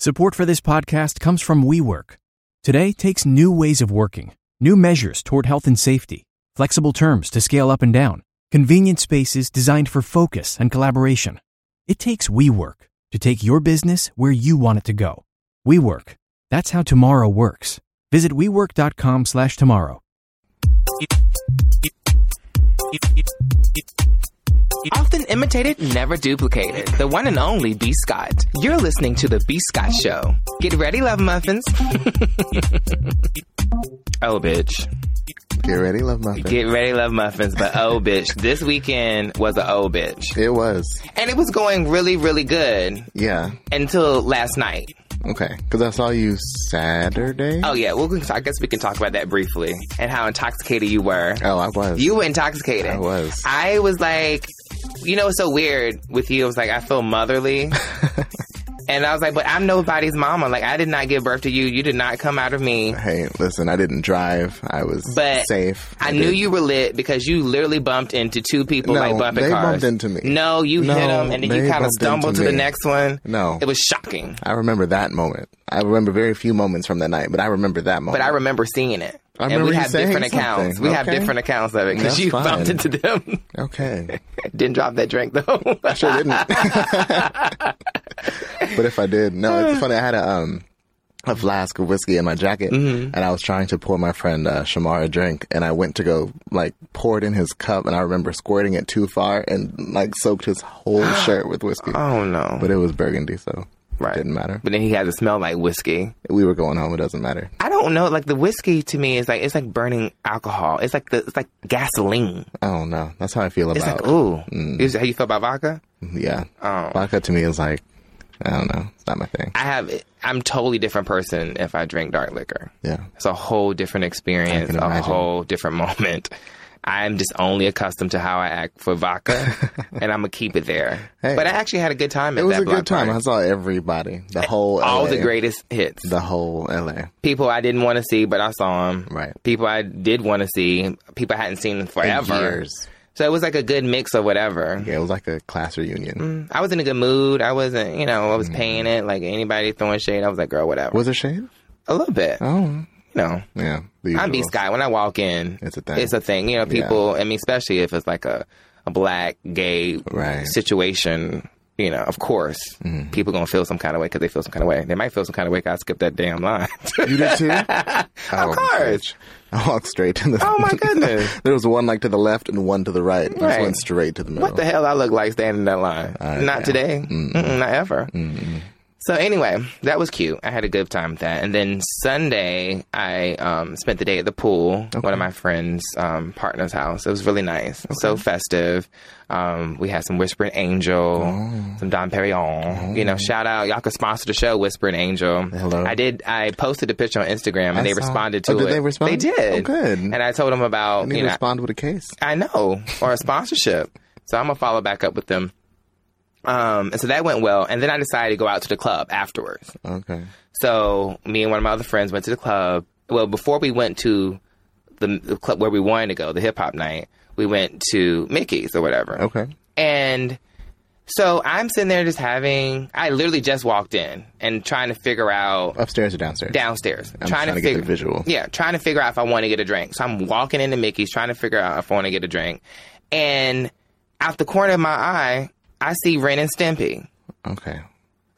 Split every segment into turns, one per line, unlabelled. Support for this podcast comes from WeWork. Today takes new ways of working, new measures toward health and safety, flexible terms to scale up and down, convenient spaces designed for focus and collaboration. It takes WeWork to take your business where you want it to go. WeWork. That's how tomorrow works. Visit WeWork.com slash tomorrow.
Often imitated, never duplicated. The one and only B. Scott. You're listening to The B. Scott Show. Get ready, love muffins. oh, bitch.
Get ready, love muffin.
Get ready, love muffins. But oh, bitch. This weekend was a oh, bitch.
it was,
And it was going really, really good
yeah,
until last night.
okay. Because I saw you Saturday.
Oh, yeah. Well, we can- I guess we can talk about that briefly and how intoxicated you were.
Oh, I was.
You were intoxicated.
I was.
I was like, you know, it's so weird with you. I was like, I feel motherly. and I was like, but I'm nobody's mama. Like, I did not give birth to you. You did not come out of me.
Hey, listen, I didn't drive. I was
But
safe.
I knew
did-
you were lit because you literally bumped into two people
No,
like bumping
they
cars.
bumped into me.
No, you
No,
hit them and then you
they
kind of
bumped
stumbled
into
to the
me.
next one.
No,
It was shocking,
I remember that moment. I remember very few moments from that night, but I remember that moment.
but I remember seeing it.
I
and
remember
we
you
have
saying
different accounts.
something.
We have
Okay.
different accounts of it because
That's
you
fine.
bumped into them.
okay,
Didn't drop that drink though.
I sure didn't. but if I did, no, it's funny. I had a um. A flask of whiskey in my jacket,
Mm-hmm.
and I was trying to pour my friend uh, Shamar a drink, and I went to go like pour it in his cup, and I remember squirting it too far and like soaked his whole shirt with whiskey.
oh no!
But it was burgundy, so
Right.
it didn't matter.
But then he had to smell like whiskey.
We were going home. It doesn't matter.
I don't know. Like the whiskey to me is like it's like burning alcohol. It's like the it's like gasoline.
I don't know. That's how I feel
It's
about.
like ooh.
Mm.
Is that how you feel about vodka?
yeah,
Oh.
vodka to me is like I don't know. It's not my thing.
I have. I'm totally different person if I drink dark liquor.
Yeah,
It's a whole different experience.
can
A
imagine.
whole different moment. I'm just only accustomed to how I act for vodka, and I'm gonna keep it there.
Hey.
but I actually had a good time. At
it was
that
a
block
good time. I
party.
saw everybody, the whole
All
LA,
the greatest hits.
the whole LA.
people I didn't want to see, but I saw them.
Right.
People I did want to see, people I hadn't seen in forever.
Years.
So it was like a good mix of whatever.
Yeah, it was like a class reunion.
I was in a good mood. I wasn't, you know, I
Mm-hmm.
was paying it. Like anybody throwing shade, I was like, girl, whatever.
Was it shade?
a little bit,
Oh,
you know.
yeah. the
I'm B
usual.
Sky. When I walk in,
It's a thing.
It's a thing. You know, people, I mean, especially if it's like a, a black, gay
Right.
situation, you know, of course,
Mm-hmm.
people going to feel some kind of way because they feel some kind of way. They might feel some kind of way 'cause I skipped that damn line.
You did too.
of course.
Oh, I walked straight to the.
Oh, my goodness.
there was one like to the left and one to the right. I
Right.
just went straight to the middle.
What the hell I look like standing in that line? not today. Mm-mm, not ever. So anyway, that was cute. I had a good time with that. And then Sunday, I um, spent the day at the pool, one of my friends' um, partner's house. It was really nice, so festive. Um, we had some Whispering Angel,
Oh.
some Don Perignon. You know, shout out. Y'all could sponsor the show, Whispering Angel.
Hello.
I did. I posted a picture on Instagram, and
I
they
saw-
responded to
Oh, did
it.
they respond?
They did.
Oh, good.
And I told them about
And he
you know
responded with a case.
I know, or a sponsorship. so I'm gonna follow back up with them. Um, and so that went well. And then I decided to go out to the club afterwards.
Okay.
So me and one of my other friends went to the club. Well, before we went to the, the club where we wanted to go, the hip hop night, we went to Mickey's or whatever.
Okay.
And so I'm sitting there just having, I literally just walked in and trying to figure out
Upstairs or downstairs?
downstairs.
I'm trying to get the visual.
Yeah, trying to figure out if I want to get a drink. So I'm walking into Mickey's trying to figure out if I want to get a drink. And out the corner of my eye, I see Ren and Stimpy.
Okay.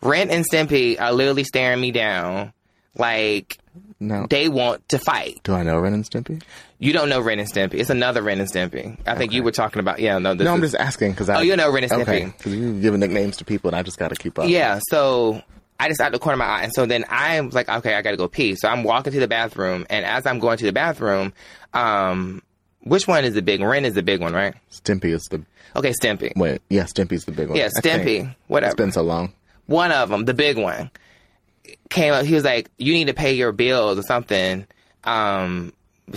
Ren and Stimpy are literally staring me down like
No.
they want to fight.
Do I know Ren and Stimpy?
You don't know Ren and Stimpy. It's another Ren and Stimpy. I think you were talking about, yeah, no, this
No, I'm
is-
just asking because I.
Oh, you know Ren and Stimpy.
Okay. Because you give nicknames to people, and I just got to keep up.
Yeah, so I just out of the corner of my eye, and so then I'm like, okay, I gotta go pee. So I'm walking to the bathroom, and as I'm going to the bathroom, um, which one is the big one? Ren is the big one, right?
Stimpy is the
Okay, Stimpy.
wait. Yeah, Stimpy's the big one.
Yeah,
I think.
Stimpy.
It's
Whatever.
been so long.
one of them, the big one, came up. He was like, "You need to pay your bills or something." Um,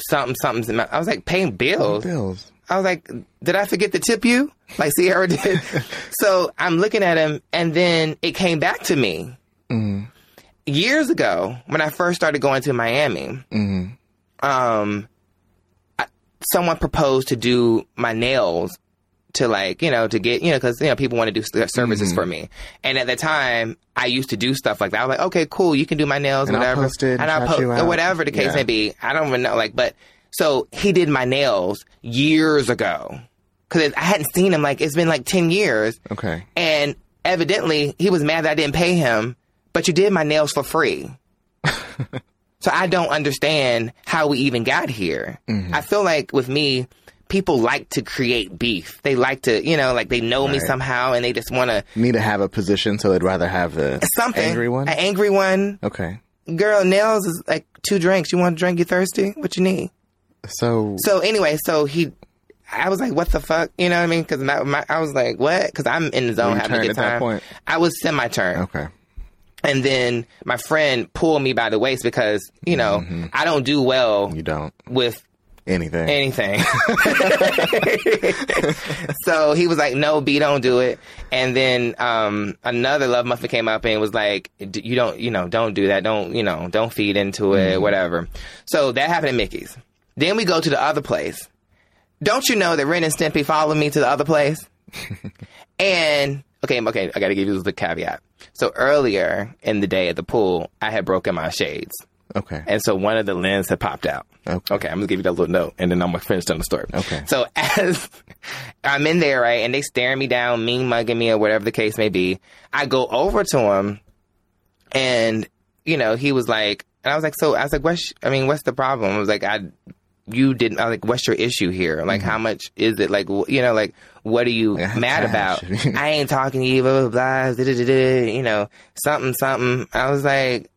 something, something's. In my, I was like, "Paying bills."
Bills.
I was like, did I forget to tip you? Like Sierra did. so I'm looking at him, and then it came back to me. Years ago, when I first started going to Miami, um, I, someone proposed to do my nails to like you know to get you know because you know people want to do s- uh, services for me and at the time i used to do stuff like that i was like okay cool you can do my nails
And I'll
whatever
post it and
and i'll
shout
post
you out.
whatever the case
Yeah.
may be i don't even know like but so he did my nails years ago because i hadn't seen him like it's been like 10 years
Okay.
and evidently he was mad that I didn't pay him, but you did my nails for free. so I don't understand how we even got here.
Mm-hmm.
I feel like with me, people like to create beef. They like to, you know, like they know me somehow and they just want to
Need to have a position, so they'd rather have the
something.
angry one.
An angry one.
Okay.
Girl, nails is like two drinks. You want a drink? You thirsty? What you need?
So,
So anyway, so he, I was like, what the fuck? You know what I mean? Because my, my, I was like, what? Because I'm in the zone
you
having a
turned
good
at that
time.
point?
I was semi turn.
okay.
And then my friend pulled me by the waist because, you know,
Mm-hmm.
I don't do well
You don't
with
anything.
anything. so he was like, no, B, don't do it. And then um, another love muffin came up and was like, D- you don't, you know, don't do that. Don't, you know, don't feed into it, whatever. So that happened at Mickey's. Then we go to the other place. Don't you know that Ren and Stimpy followed me to the other place? and okay, okay, I got to give you the caveat. So earlier in the day at the pool, I had broken my shades.
okay.
And so one of the lens had popped out.
Okay.
I'm gonna give you that little note and then I'm gonna finish telling the story.
Okay.
So as I'm in there, right, and they staring me down, mean mugging me or whatever the case may be, I go over to him and you know, he was like and I was like, So I was like, What's I mean, what's the problem? I was like, I you didn't I was like, what's your issue here?
Mm-hmm.
Like how much is it? Like wh- you know, like what are you mad about?
gosh.
I ain't talking to you, blah blah blah, da, da, da, da, you know, something, something. I was like,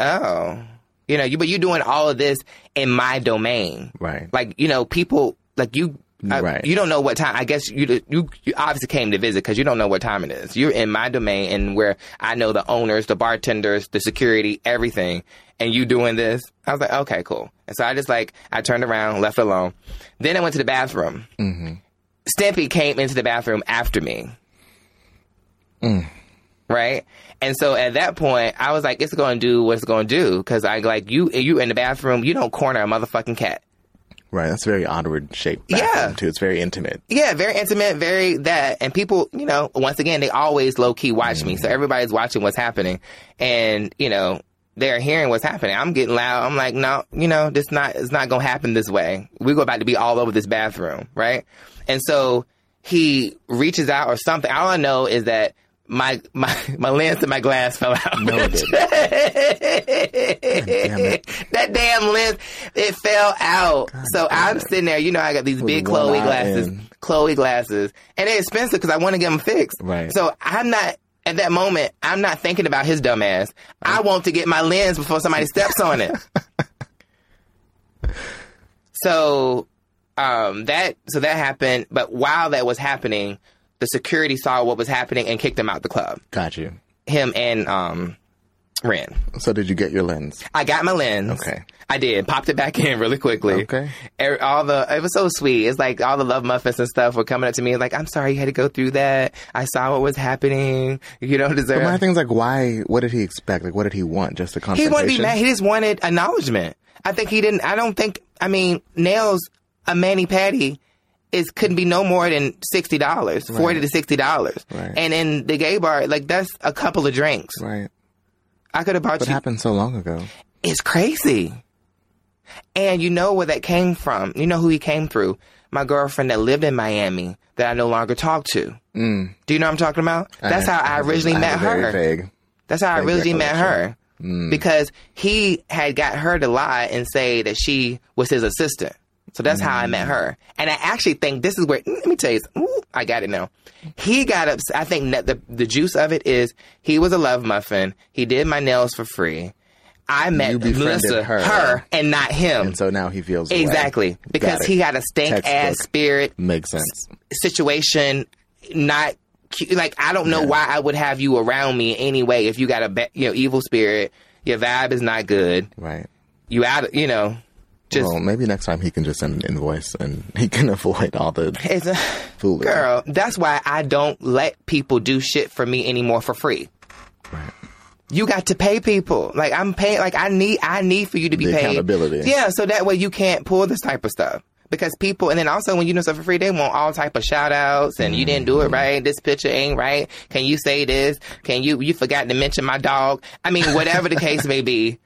oh. You know, you but you're doing all of this in my domain.
Right.
Like, you know, people like you I-
Right.
you don't know what time. I guess you you, you obviously came to visit because you don't know what time it is. You're in my domain and where I know the owners, the bartenders, the security, everything, and you doing this. I was like, okay, cool. And so I just like I turned around, left it alone. Then I went to the bathroom. Mm-hmm. Stimpy came into the bathroom after me.
Mm.
Right, and so at that point, I was like, "It's going to do what it's going to do," because I like you. You in the bathroom, you don't corner a motherfucking cat.
Right. That's a very onward shape.
Yeah.
Too. It's very intimate.
Yeah, very intimate, very that. And people, you know, once again, they always low key watch me. So everybody's watching what's happening. And, you know, they're hearing what's happening. I'm getting loud. I'm like, no, you know, this not, it's not going to happen this way. We're about to be all over this bathroom. Right. And so he reaches out or something. All I know is that my, my, my lens and my glass fell out. No,
it
that damn lens, it fell out. so I'm sitting there, you know, I got these big
one
Chloe
eye
glasses,
in.
Chloe glasses, and they're expensive because I want to get them fixed.
Right.
So I'm not at that moment. I'm not thinking about his dumb ass. I want to get my lens before somebody steps on it. So um, that so that happened. But while that was happening, the security saw what was happening and kicked him out the club.
Got you.
Him and um, Ren.
So did you get your lens?
I got my lens.
Okay.
I did. Popped it back in really quickly.
Okay.
E- All the it was so sweet. It's like all the love muffins and stuff were coming up to me like, "I'm sorry you had to go through that. I saw what was happening. You don't deserve."
My thing's like, why? What did he expect? Like, what did he want? Just the
he
confrontation.
wanted to be mad. He just wanted acknowledgement. I think he didn't. I don't think. I mean, nails a mani patty is couldn't be no more than sixty dollars, forty to sixty dollars.
Right.
And in the gay bar, like that's a couple of drinks.
Right.
I could have bought
What
you.
happened so long ago?
It's crazy. And you know where that came from. You know who he came through. My girlfriend that lived in Miami that I no longer talk to. Mm. Do you know what I'm talking about? That's how I originally
I
met
have a
her.
very Vague.
That's how I originally met her.
Mm.
Because he had got her to lie and say that she was his assistant. So that's how I
Mm.
met her. And I actually think this is where, mm, let me tell you, some- ooh, I got it now. He got upset. I think that the, the juice of it is he was a love muffin. He did my nails for free. I met
You befriended
Melissa,
her.
her. and not him.
And so now he feels away.
exactly. Because
it.
he had a stank ass
Textbook.
spirit
Makes sense.
situation not cu- like I don't know why I would have you around me anyway if you got a ba- you know evil spirit your vibe is not good
Right.
you out of- you know just
well, maybe next time he can just send an invoice and he can avoid all the
it's a
foolery.
girl that's why I don't let people do shit for me anymore for free
Right.
you got to pay people like I'm paying like I need I need for you to be
The
paid
accountability.
yeah so that way you can't pull this type of stuff because people and then also when you do stuff for free they want all type of shout outs and you didn't do
Mm-hmm.
it right this picture ain't right can you say this can you you forgot to mention my dog i mean whatever the case may be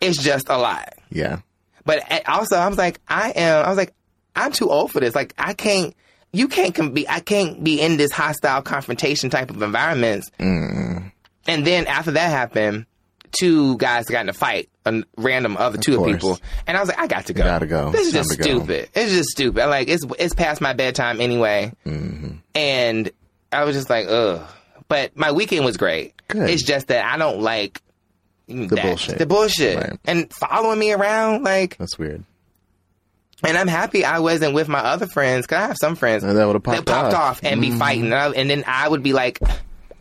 it's just a lot
Yeah.
but a- also i was like i am i was like i'm too old for this like i can't you can't com- be i can't be in this hostile confrontation type of environments
Mm-hmm.
and then after that happened two guys got in a fight a random other two
course.
people and i was like i got to go
Gotta go.
this is
Time
just
to go.
stupid. It's just stupid. I'm Like it's it's past my bedtime anyway,
Mm-hmm.
and I was just like, ugh. But my weekend was great.
Good.
It's just that I don't like the
bullshit.
The bullshit,
Right.
and following me around like.
That's weird.
And I'm happy I wasn't with my other friends because I have some friends
And that would've
that
popped
popped off,
off. Mm-hmm.
and be fighting, and, I, and then I would be like,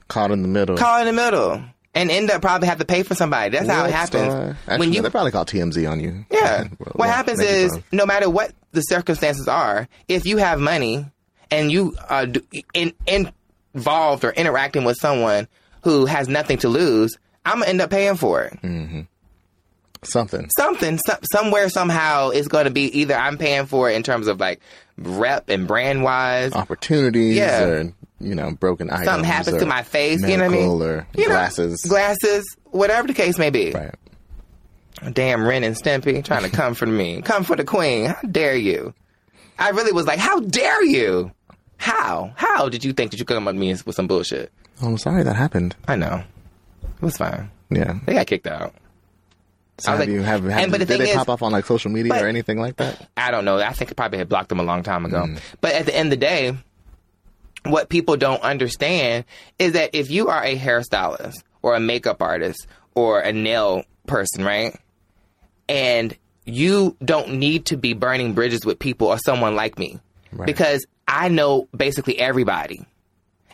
Caught in the middle.
call in the middle, and end up probably have to pay for somebody. That's how it happens
when you, Uh, they probably call TMZ on you.
Yeah.
Well,
what happens
maybe
is,
both.
no matter what the circumstances are, if you have money and you are d- in, in- involved or interacting with someone who has nothing to lose, I'm gonna end up paying for it.
something.
Something, so- somewhere, somehow, is going to be either I'm paying for it in terms of like rep and brand wise.
Oh, Opportunities
Yeah.
or you know broken items.
Something happens to
or
my face, you know what I mean?
medical Or
You know,
glasses.
glasses, whatever the case may be.
right.
Damn Ren and Stimpy trying to come for me. Come for the queen. How dare you? I really was like, how dare you? How? How did you think that you could come at me with some bullshit?
Oh, I'm sorry that happened.
I know. It was fine.
Yeah.
They got kicked out.
So
I
have
was like-
you have, have
and- but the
did
thing
they
is-
pop off on like social media
but-
or anything like that?
I don't know. I think I probably had blocked them a long time ago.
Mm.
But at the end of the day, what people don't understand is that if you are a hairstylist or a makeup artist or a nail person, right? And you don't need to be burning bridges with people or someone like me
Right.
because I know basically everybody.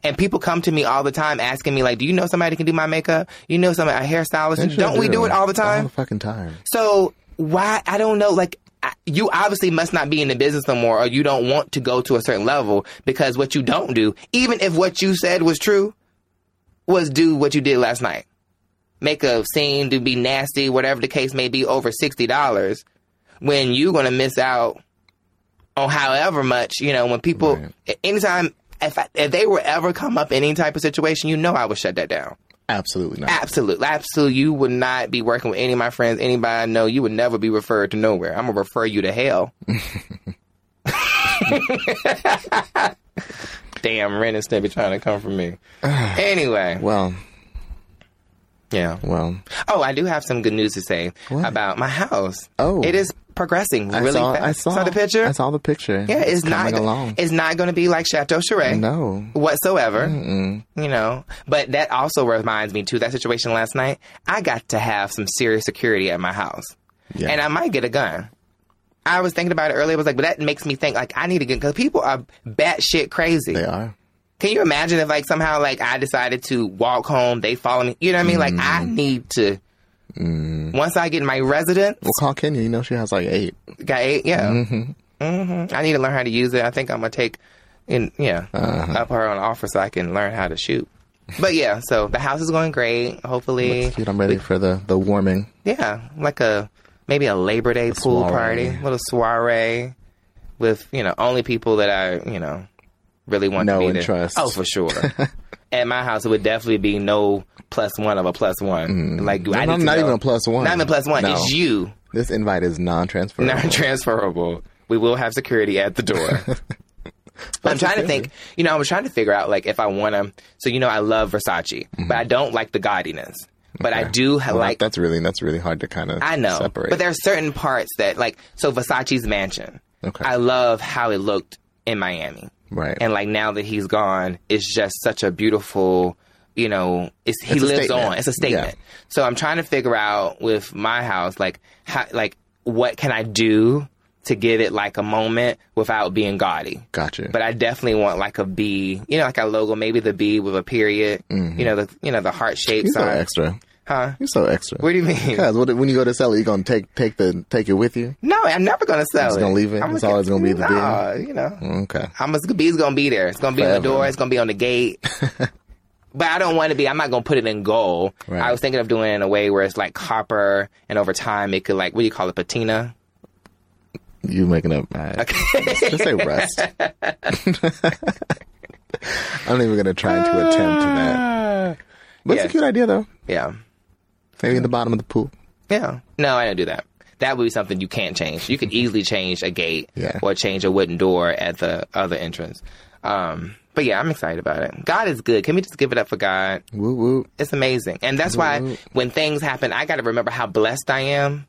And people come to me all the time asking me, like, do you know somebody that can do my makeup? You know somebody, a hairstylist?
They
don't
sure
we do it all the time?
All the fucking time.
So why I don't know like I- you obviously must not be in the business no more or you don't want to go to a certain level because what you don't do even if what you said was true was do what you did last night make a scene to be nasty whatever the case may be over $60 when you're going to miss out on however much you know when people anytime if, I, if they were ever come up in any type of situation you know i would shut that down
Absolutely not.
Absolutely, absolutely. You would not be working with any of my friends, anybody I know. You would never be referred to nowhere. I'm gonna refer you to hell. Damn, Ren and Stimpy trying to come for me. anyway,
Well,
yeah.
well.
Oh, I do have some good news to say about my house.
Oh.
it is progressing really
I saw,
fast.
I saw,
the picture.
I saw the picture.
yeah, it's, not.
coming along.
It's not going to be like Chateau Charest.
no.
whatsoever. You know, but that also reminds me too that situation last night. I got to have some serious security at my house,
Yeah.
and I might get a gun. I was thinking about it earlier. I was like, but that makes me think like I need to get because people are batshit crazy.
they are.
Can you imagine if like somehow like I decided to walk home, they follow me? You know what I mean? Like I need to. Once I get my residence,
Well, call Kenya. You know she has like eight.
got eight, yeah. Mm-hmm. I need to learn how to use it. I think I'm gonna take, in yeah,
Uh-huh.
up her on offer so I can learn how to shoot. But yeah, so the house is going great. Hopefully,
Dude, I'm ready for the the warming.
yeah, like a maybe a Labor Day pool
soiree.
party, little soiree with you know only people that I you know really want
Know
to be
and
there.
trust.
Oh, for sure. At my house, it would definitely be no plus one of a plus one. Like I
Mm-hmm. No,
need
no,
to
not
know-
even a plus one.
Not even a plus one.
No.
It's you.
This invite is non-transferable.
non transferable. We will have security at the door. I'm trying to think, you know, I was trying to figure out like if I want to. So, you know, I love Versace, but I don't like the gaudiness. But I do ha-
Mm-hmm. Well, that-
like,
that's really that's really hard to kind of
I know.
separate.
But there are certain parts that, like, so Versace's mansion.
Okay.
I love how it looked in Miami.
right.
And like now that he's gone, it's just such a beautiful, you know, it's, he
It's a
lives
statement.
on. It's a statement. So I'm trying to figure out with my house, like how, like what can I do to give it like a moment without being gaudy.
gotcha.
But I definitely want like a B, you know, like a logo, maybe the B with a period,
Mm-hmm.
you know, the you know the heart shape
You're so
sign.
extra.
Huh?
You're so extra.
What do you mean?
Because what- when you go to sell it, you're gonna take take the take it with you.
No, I'm never gonna sell
just
it.
gonna leave it?
I'm
It's always gonna be the B?
Nah, you know.
Okay.
I'm just, bees gonna be there. It's gonna be on the
Forever.
door. It's gonna be on the gate. but I don't want to be. I'm not gonna put it in gold.
Right.
I was thinking of doing it in a way where it's like copper, and over time it could like what do you call it, patina?
you making up. Okay. Just, just say rest. I'm not even gonna try to attempt that. But it's
Yes.
a cute idea though.
Yeah.
Maybe at the bottom of the pool.
Yeah. No, I don't do that. That would be something you can't change. You could easily change a gate
Yeah.
or change a wooden door at the other entrance. Um, but yeah, I'm excited about it. God is good. Can we just give it up for God?
Woo woo.
It's amazing. And that's why when things happen, I got to remember how blessed I am.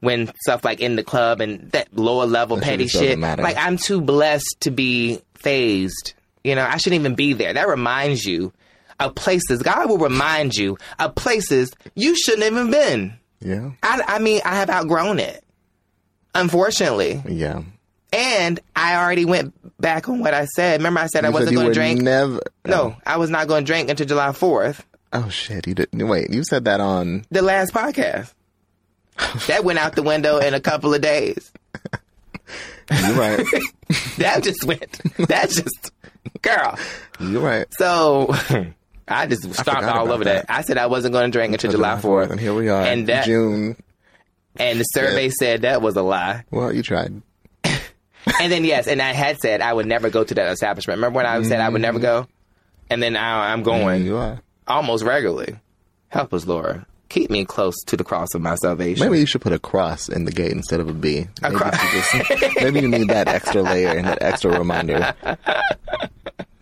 When stuff like in the club and that lower level
shit
petty
just doesn't
shit,
matter.
like I'm too blessed to be phased. You know, I shouldn't even be there. That reminds you of places. God will remind you of places you shouldn't even been.
Yeah.
I, I mean, I have outgrown it, unfortunately.
Yeah.
And I already went back on what I said. Remember, I said I
You said
wasn't
you Oh.
going to
would
drink.
Never.
no, I was not going to drink until July 4th,
Oh shit! You didn't. Wait, you said that on.
the last podcast. that went out the window in a couple of days.
You're right.
That just went. That just, girl.
You're right.
So I just stomped
forgot
all
about
over that. I said I wasn't going to drink until July 4th.
and here we are.
And that,
June.
and the survey said that was a lie.
Well, you tried.
And then yes, and I had said I would never go to that establishment. Remember when I said I would never go? And then I, I'm going
You are.
almost regularly. Help us, Lord. Keep me close to the cross of my salvation.
Maybe you should put a cross in the gate instead of a B. Maybe,
cross.
you just- maybe you need that extra layer and that extra reminder.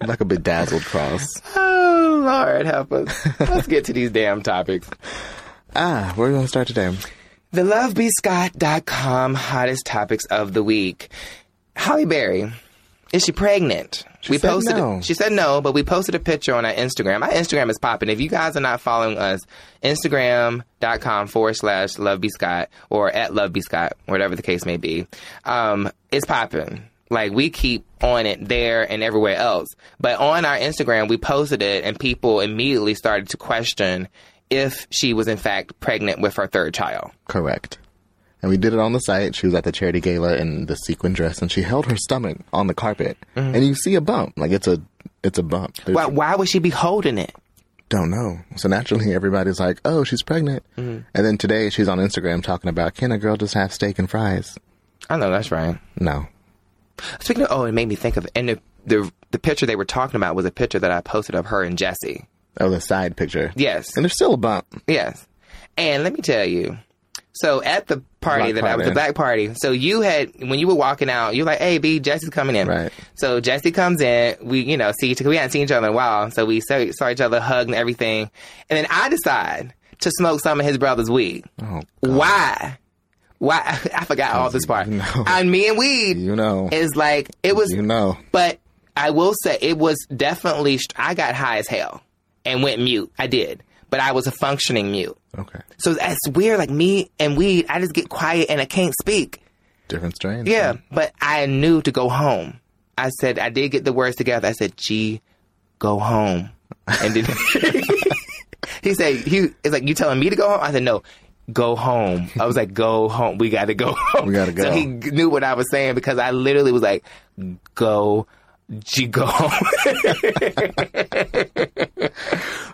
Like a bedazzled cross.
Oh Lord, help us. Let's get to these damn topics.
Ah, where are we going to start today?
The lovebscott.com hottest topics of the week. Holly Berry, is she pregnant? we
said
posted.
no.
She said no, but we posted a picture on our Instagram. My Instagram is popping. If you guys are not following us, Instagram.com forward slash lovebscott or at lovebscott, whatever the case may be, um, it's popping. Like we keep on it there and everywhere else. But on our Instagram, we posted it, and people immediately started to question if she was in fact pregnant with her third child.
Correct. And we did it on the site. She was at the charity gala in the sequin dress, and she held her stomach on the carpet, and you see a bump. Like it's a, it's a bump. There's-
Mm-hmm. Why, why would she be holding it?
don't know. So naturally, everybody's like, "Oh, she's pregnant,"
Mm-hmm.
and then today she's on Instagram talking about, "Can a girl just have steak and fries?"
I know that's right.
No,
Speaking of, oh, it made me think of, and the, the the picture they were talking about was a picture that I posted of her and Jesse.
oh, the side picture.
Yes,
and there's still a bump.
yes. And let me tell you, so at the party
Black
that I was, the
party.
black party, so you had when you were walking out, you were like, "Hey, B, Jesse's coming in."
Right.
So Jesse comes in. We, you know, see each we hadn't seen each other in a while, so we saw, saw each other, hugged and everything, and then I decide to smoke some of his brother's weed.
Oh,
Why? Why? I forgot all this part.
you know.
And me and weed
you know,
is like it was
you know.
But I will say it was definitely str- I got high as hell and went mute. I did, but I was a functioning mute.
Okay,
So that's weird. Like me and weed, I just get quiet and I can't speak.
different strains.
Yeah, but I knew to go home. I said I did get the words together. I said, "G, go home." And then he said, "He it's like you telling me to go home." I said, "No." Go home. I was like, go home. We gotta go home.
We gotta go.
So he g- knew what I was saying because I literally was like, go, G, go home. but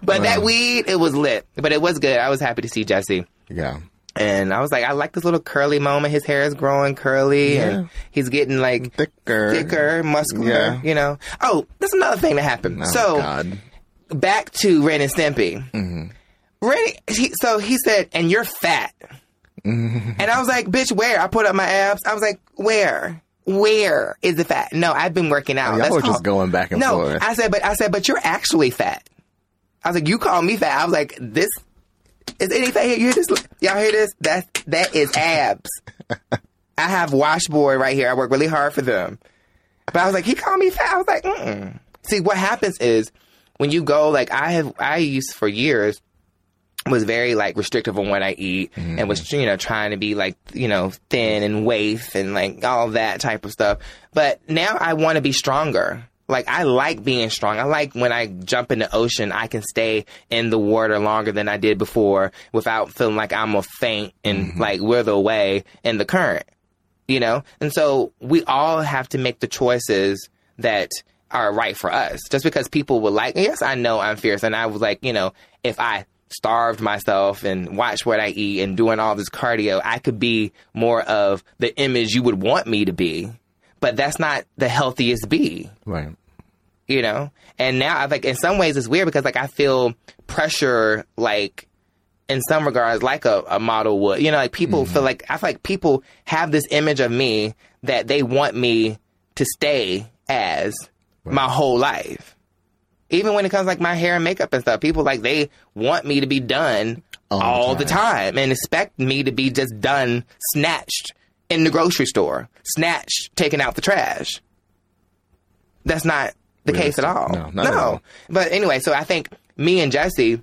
that weed, it was lit. But it was good. I was happy to see Jesse.
yeah.
And I was like, I like this little curly moment. His hair is growing curly
Yeah.
and he's getting like
Thicker,
thicker, muscular,
Yeah.
you know. Oh, that's another thing that happened.
Oh,
so
God. Mm-hmm.
back to Ren and Stimpy. Ren, he, so he said, and you're fat.
Mm-hmm.
And I was like, bitch, where? I put up my abs. I was like, where? Where is the fat? No, I've been working out.
y'all
That's
were just
called-
going back and
no,
forth.
I said, but I said, but you're actually fat. I was like, you call me fat. I was like, this is anything here. You hear this? Y'all hear this? That's that is abs. I have washboard right here. I work really hard for them. But I was like, he called me fat. I was like, mm. See, what happens is when you go, like I have, I used for years was very like restrictive on what I eat and was you know trying to be like you know thin and waif and like all that type of stuff. But now I want to be stronger. Like I like being strong. I like when I jump in the ocean, I can stay in the water longer than I did before without feeling like I'm a faint and like wither away in the current you know? And so we all have to make the choices that are right for us. Just because people will like, yes, I know I'm fierce. And I was like, you know, if I starved myself and watched what I eat and doing all this cardio, I could be more of the image you would want me to be. But that's not the healthiest be
Right.
you know and now i like in some ways it's weird because like i feel pressure like in some regards like a, a model would you know like people feel like i feel like people have this image of me that they want me to stay as my whole life even when it comes like my hair and makeup and stuff people like they want me to be done all,
the
the time and expect me to be just done snatched in the grocery store snatched taking out the trash that's not the case at all.
No, not at all.
But anyway, so I think me and Jesse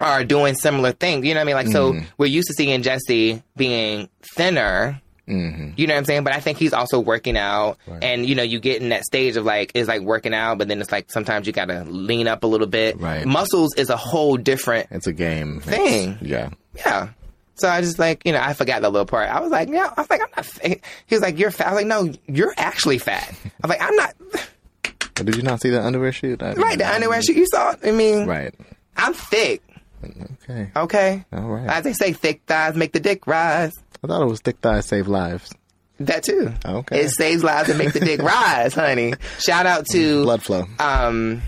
are doing similar things. You know what I mean? Like,
Mm-hmm.
so we're used to seeing Jesse being thinner.
Mm-hmm.
You know what I'm saying? But I think he's also working out. And, you know, you get in that stage of like, it's like working out, but then it's like sometimes you got to lean up a little bit.
Right.
Muscles is a whole different
It's a game. It's-
Thing.
yeah.
yeah. So I just like, you know, I forgot the little part. I was like, yeah, I was like, I'm not fat. He was like, you're fat. I was like, no, you're actually fat. I was like, I'm not.
But did you not see the underwear shoot? I-
Right, the underwear shit you saw. I mean,
Right.
I'm thick.
Okay.
Okay.
All right.
As they say, thick thighs make the dick rise.
I thought it was thick thighs save lives.
That too.
Okay.
It saves lives and make the dick rise, honey. Shout out to
Blood flow.
um,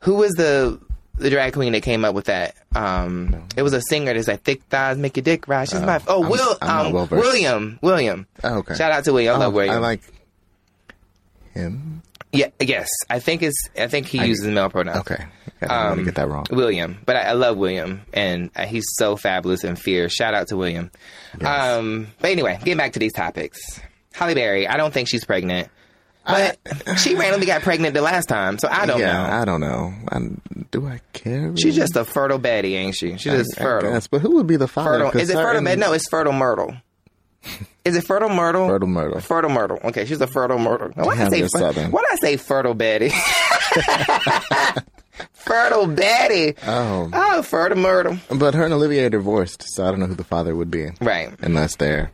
who was the the drag queen that came up with that? Um, it was a singer that said, "Thick thighs make your dick rise." She's my oh, Will
I'm not
um,
well versed.
William William.
Oh, okay.
Shout out to William. I love
Oh,
William.
I like him.
yeah, yes, I think it's I think he uses male pronouns.
Okay. okay. I didn't
Um,
really get that wrong.
William, but I, I love William, and uh, he's so fabulous and fierce. Shout out to William. Um, but anyway, getting back to these topics, Holly Berry. I don't think she's pregnant, but she randomly got pregnant the last time, so I don't
yeah,
know.
I don't know. i do I care?
She's just a fertile Betty, ain't she? She's just
I
fertile.
guess, but who would be the father?
fertile.
'Cause
Is it fertile
certain-
Betty? No, it's fertile Myrtle. Is it fertile Myrtle?
Fertile Myrtle.
Fertile Myrtle. Okay, she's a fertile Myrtle. Why did I
Damn,
say
you're
fer-
Southern.
why did I say fertile Betty? fertile Betty.
Oh,
Oh, fertile Myrtle.
but her and Olivier are divorced, so I don't know who the father would be.
Right.
Unless they're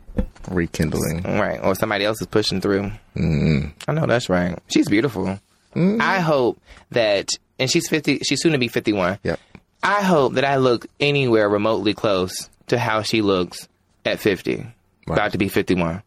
rekindling.
Right. Or somebody else is pushing through. I know that's right. She's beautiful. I hope that, and she's 50, she's soon to be 51.
Yep.
I hope that I look anywhere remotely close to how she looks at 50, about to be 51.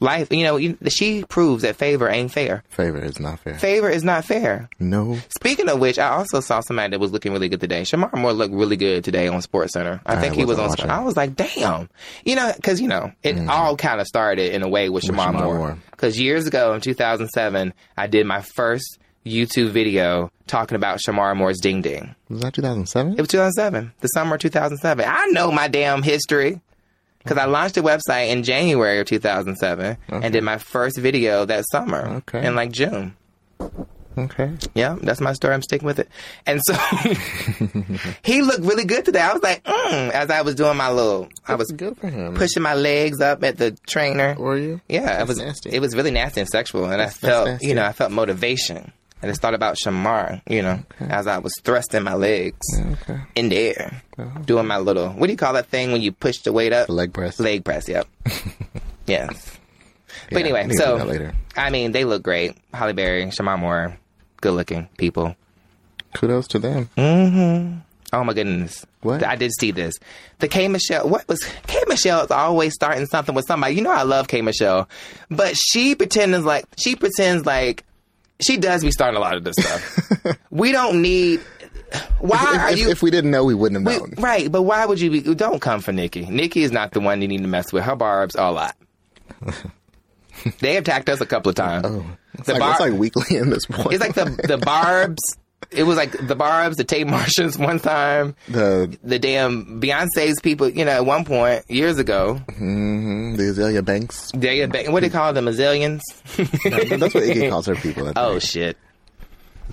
Life, you know, you, she proves that favor ain't fair.
Favor is not fair.
Favor is not fair.
no.
Speaking of which, I also saw somebody that was looking really good today. Shamar Moore looked really good today on Sports Center. I think he was on.
wasn't watching.
I was like, damn, you know, because you know, it all kind of started in a way with Shamar,
Mm-hmm. Shamar
Moore.
Moore.
Because years ago in 2007, I did my first YouTube video talking about Shamar Moore's ding ding.
Was that 2007?
It was 2007, the summer of 2007. I know my damn history. Because
Mm-hmm.
I launched a website in January of 2007 and did my first video that summer
Okay.
in like June.
okay.
Yeah, that's my story. I'm sticking with it. And so he looked really good today. I was like, mm, as I was doing my little, I was
good for him.
pushing my legs up at the trainer.
Were you?
Yeah, it
That's
was
nasty.
it was really nasty and sexual, and I
that's
felt
nasty.
you know I felt motivation. I just thought about Shamar, you know, as I was thrusting my legs
Okay.
in the air, doing my little what do you call that thing when you push the weight up?
Uh-huh. Leg press.
Leg press. Yep. yes. But
Yeah,
anyway,
we can do
so
that later.
I mean, they look great. Holly Berry, Shamar Moore, good looking people.
Kudos to them.
Oh my goodness.
What?
I did see this. The K Michelle, what was K Michelle is always starting something with somebody. You know I love K Michelle, but she pretends like she pretends like she does be starting a lot of this stuff. we don't need. Why are
If,
you?
if we didn't know, we wouldn't have known.
we- right, but why would you be? Don't come for Nikki. Nikki is not the one you need to mess with. Her barbs are a lot. they attacked us a couple of times.
it's,
the
like,
bar-
Oh. it's like weekly in this point.
it's like the the barbs. It was like the barbs, the Tate Martians one time
the
the damn Beyonce's people, you know, at one point years ago,
mm, the Azalea Banks.
they what do they call them, azillions?
That's what Iggy calls her people. I
oh
think.
shit.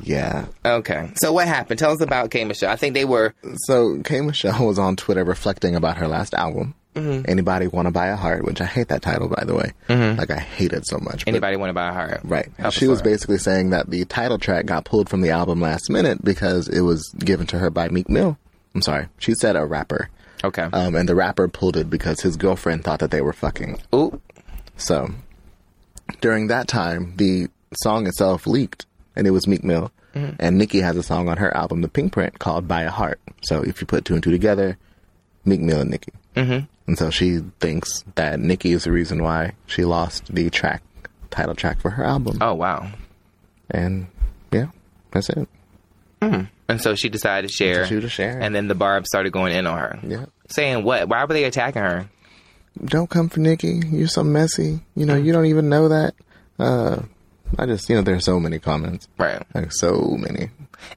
yeah.
Okay, so what happened? Tell us about K Michelle. I think they were
So K Michelle was on Twitter reflecting about her last album.
Mm-hmm.
Anybody want to buy a heart? Which I hate that title, by the way. Like I hate it so much. but-
anybody want to buy a heart?
Right.
Help
she
us
was
out.
basically saying that the title track got pulled from the album last minute because it was given to her by Meek Mill. I'm sorry. She said a rapper.
Okay.
Um, and the rapper pulled it because his girlfriend thought that they were fucking.
Ooh,
So during that time, the song itself leaked and it was Meek Mill. And Nikki has a song on her album, The Pink Print, called By a Heart. So if you put two and two together, Meek Mill and Nikki. Mm-hmm. And so she thinks that Nikki is the reason why she lost the track, title track for her album.
Oh wow.
And yeah, that's it.
And so she decided to share.
She was sharing.
And then the barb started going in on her.
Yeah.
Saying what? Why were they attacking her?
don't come for Nikki. You're so messy. You know, you don't even know that. Uh, I just, you know, there's so many comments.
Right.
Like, so many.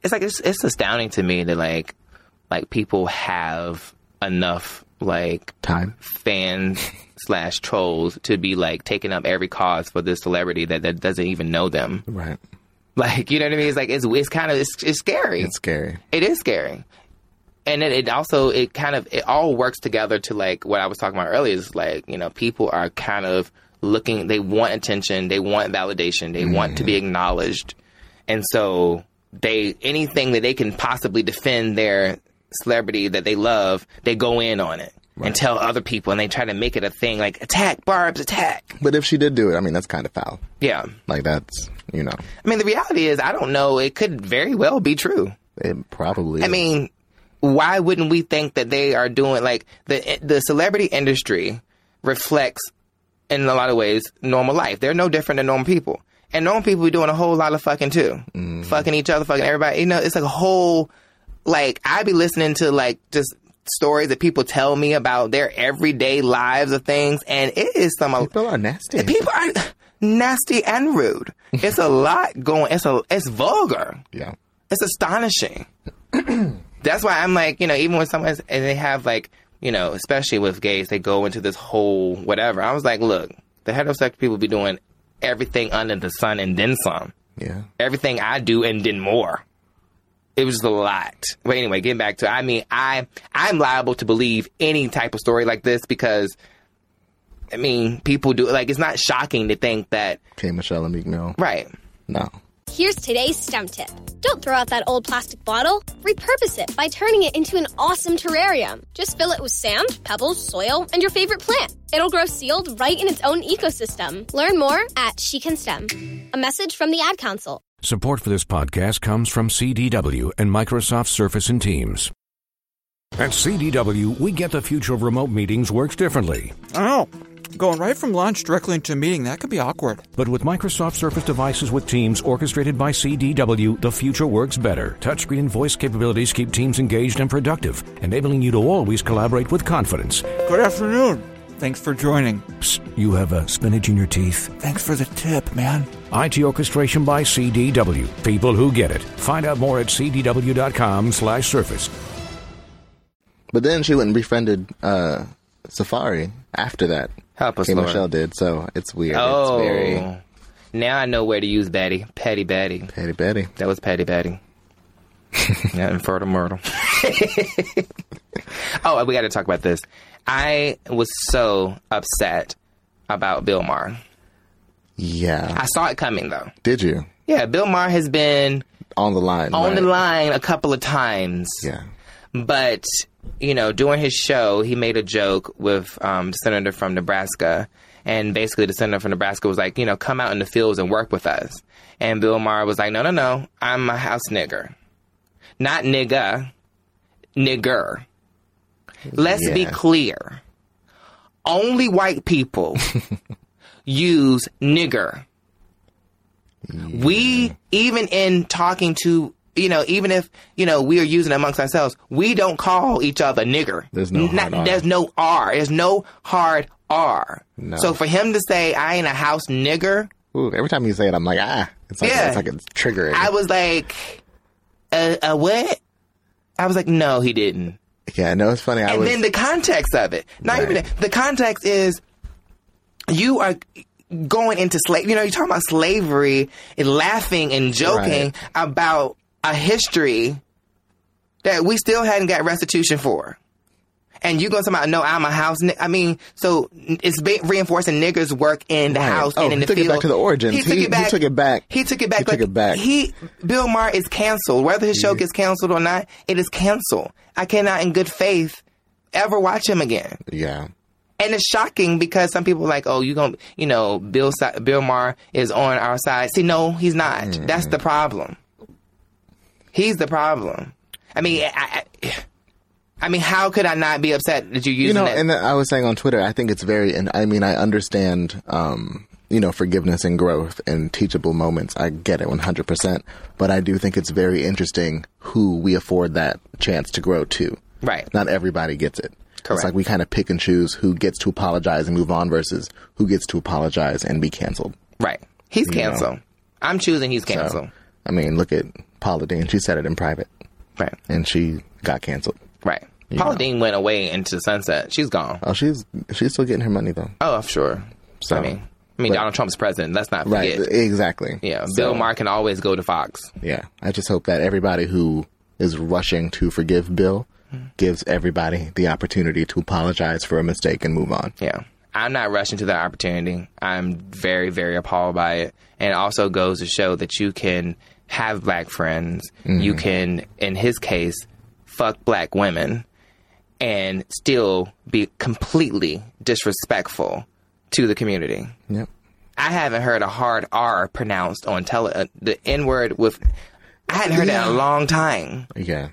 It's like it's it's astounding to me that like like people have enough like
Time.
fans slash trolls to be like taking up every cause for this celebrity that, that doesn't even know them.
Right.
Like you know what I mean? It's like it's it's kind of it's, it's scary.
It's scary.
It is scary. And it, it also it kind of it all works together to like what I was talking about earlier is like, you know, people are kind of looking they want attention, they want validation, they want to be acknowledged. And so they anything that they can possibly defend their celebrity that they love, they go in on it. And tell other people, and they try to make it a thing like attack Barb's attack.
But if she did do it, I mean, that's kind of foul.
Yeah,
Like, that's, you know,
I mean the reality is I don't know. It could very well be true.
it probably.
I mean, why wouldn't we think that they are doing like the the celebrity industry reflects in a lot of ways normal life. They're no different than normal people. And normal people be doing a whole lot of fucking too. Fucking each other, fucking everybody. You know, it's like a whole like I be listening to like just stories that people tell me about their everyday lives of things and it is some
people are nasty.
people are nasty and rude. It's a lot going it's a it's vulgar.
yeah.
It's astonishing. That's why I'm like, you know, even when someone's and they have like, you know, especially with gays, they go into this whole whatever. I was like, look, the heterosexual people be doing everything under the sun and then some.
Yeah.
Everything I do and then more. It was a lot. But anyway, getting back to I mean, I I'm liable to believe any type of story like this because I mean, people do like it's not shocking to think that
K. Michelle and Meek Mill.
right.
No.
Here's today's STEM tip. Don't throw out that old plastic bottle. Repurpose it by turning it into an awesome terrarium. Just fill it with sand, pebbles, soil, and your favorite plant. It'll grow sealed right in its own ecosystem. Learn more at She Can STEM. A message from the Ad Council.
Support for this podcast comes from CDW and Microsoft Surface and Teams. At CDW, we get the future of remote meetings works differently.
Oh, going right from lunch directly into a meeting, that could be awkward.
But with Microsoft Surface devices with Teams orchestrated by CDW, the future works better. Touchscreen and voice capabilities keep teams engaged and productive, enabling you to always collaborate with confidence.
Good afternoon. Thanks for joining.
Psst, you have a spinach in your teeth.
Thanks for the tip, man.
IT orchestration by CDW. People who get it. Find out more at cdw.com/surface. slash surface.
But then she went and befriended uh, Safari after that.
Help us,
K.
Lord.
Michelle did. So it's weird.
Oh,
It's very
now I know where to use Betty. Petty Betty.
petty petty.
That was Petty Betty. yeah, infertile myrtle. oh, we got to talk about this. I was so upset about Bill Maher.
Yeah.
I saw it coming though.
Did you?
Yeah, Bill Maher has been
On the line.
on the
right?
line a couple of times.
Yeah.
But you know, during his show, he made a joke with um, the senator from Nebraska, and basically the senator from Nebraska was like, you know, come out in the fields and work with us. And Bill Maher was like, no, no, no, I'm a house nigger, not nigga, nigger. Let's be
Yeah.
clear. Only white people use nigger.
Mm,
We even in talking to you know even if you know we are using it amongst ourselves, we don't call each other nigger.
There's no
N-
hard R.
there's no R. There's no hard R.
No.
So for him to say I ain't a house nigger,
Ooh, every time you say it, I'm like, ah. It's like,
Yeah.
it's like it's triggering.
I was like, uh, uh, what? I was like, no, he didn't.
yeah, no, it's funny. I
and
was.
then the context of it. Not
Right.
even that. the context is you are going into slave. You know, you're talking about slavery and laughing and joking
Right.
about a history that we still hadn't got restitution for. And you going to about no, I'm a house. Ni-. I mean, so it's ba- reinforcing niggers work in the
Right.
house
Oh,
and in
he
the
took it
field.
back to the origins.
He took
He-
it back.
he took it back.
He took it back.
He took
Like,
it back.
He Bill Maher is canceled. Whether his show gets canceled or not, it is canceled. I cannot, in good faith, ever watch him again.
yeah.
And it's shocking because some people are like, oh, you gonna, you know,
Mm.
Bill si- Bill Maher is on our side. See, no, he's not. That's the problem. He's the problem. I mean, I, I, I mean, how could I not be upset that you using
you know,
that?
and th- I was saying on Twitter, I think it's very, and I mean, I understand, um, you know, forgiveness and growth and teachable moments. I get it 100%. But I do think it's very interesting who we afford that chance to grow to.
Right.
Not everybody gets it.
Correct.
It's like we kind of pick and choose who gets to apologize and move on versus who gets to apologize and be canceled.
right. He's canceled. I'm choosing he's canceled.
I mean, look at Paula Dean. She said it in private
Right.
and she got canceled.
Right. Paula Dean went away into the sunset. She's gone.
Oh, she's, she's still getting her money though.
Oh, I'm sure.
So-
I mean, I mean, Donald Trump's president. Let's not
Right.
forget.
Exactly.
Yeah,
So-
Bill Maher can always go to Fox.
Yeah, I just hope that everybody who is rushing to forgive Bill gives everybody the opportunity to apologize for a mistake and move on.
Yeah. I'm not rushing to that opportunity. I'm very, very appalled by it. And it also goes to show that you can have black friends. You can, in his case, fuck black women and still be completely disrespectful to the community.
Yep.
I haven't heard a hard R pronounced on tele, uh, the N word with, I hadn't heard that in a long time.
Yeah.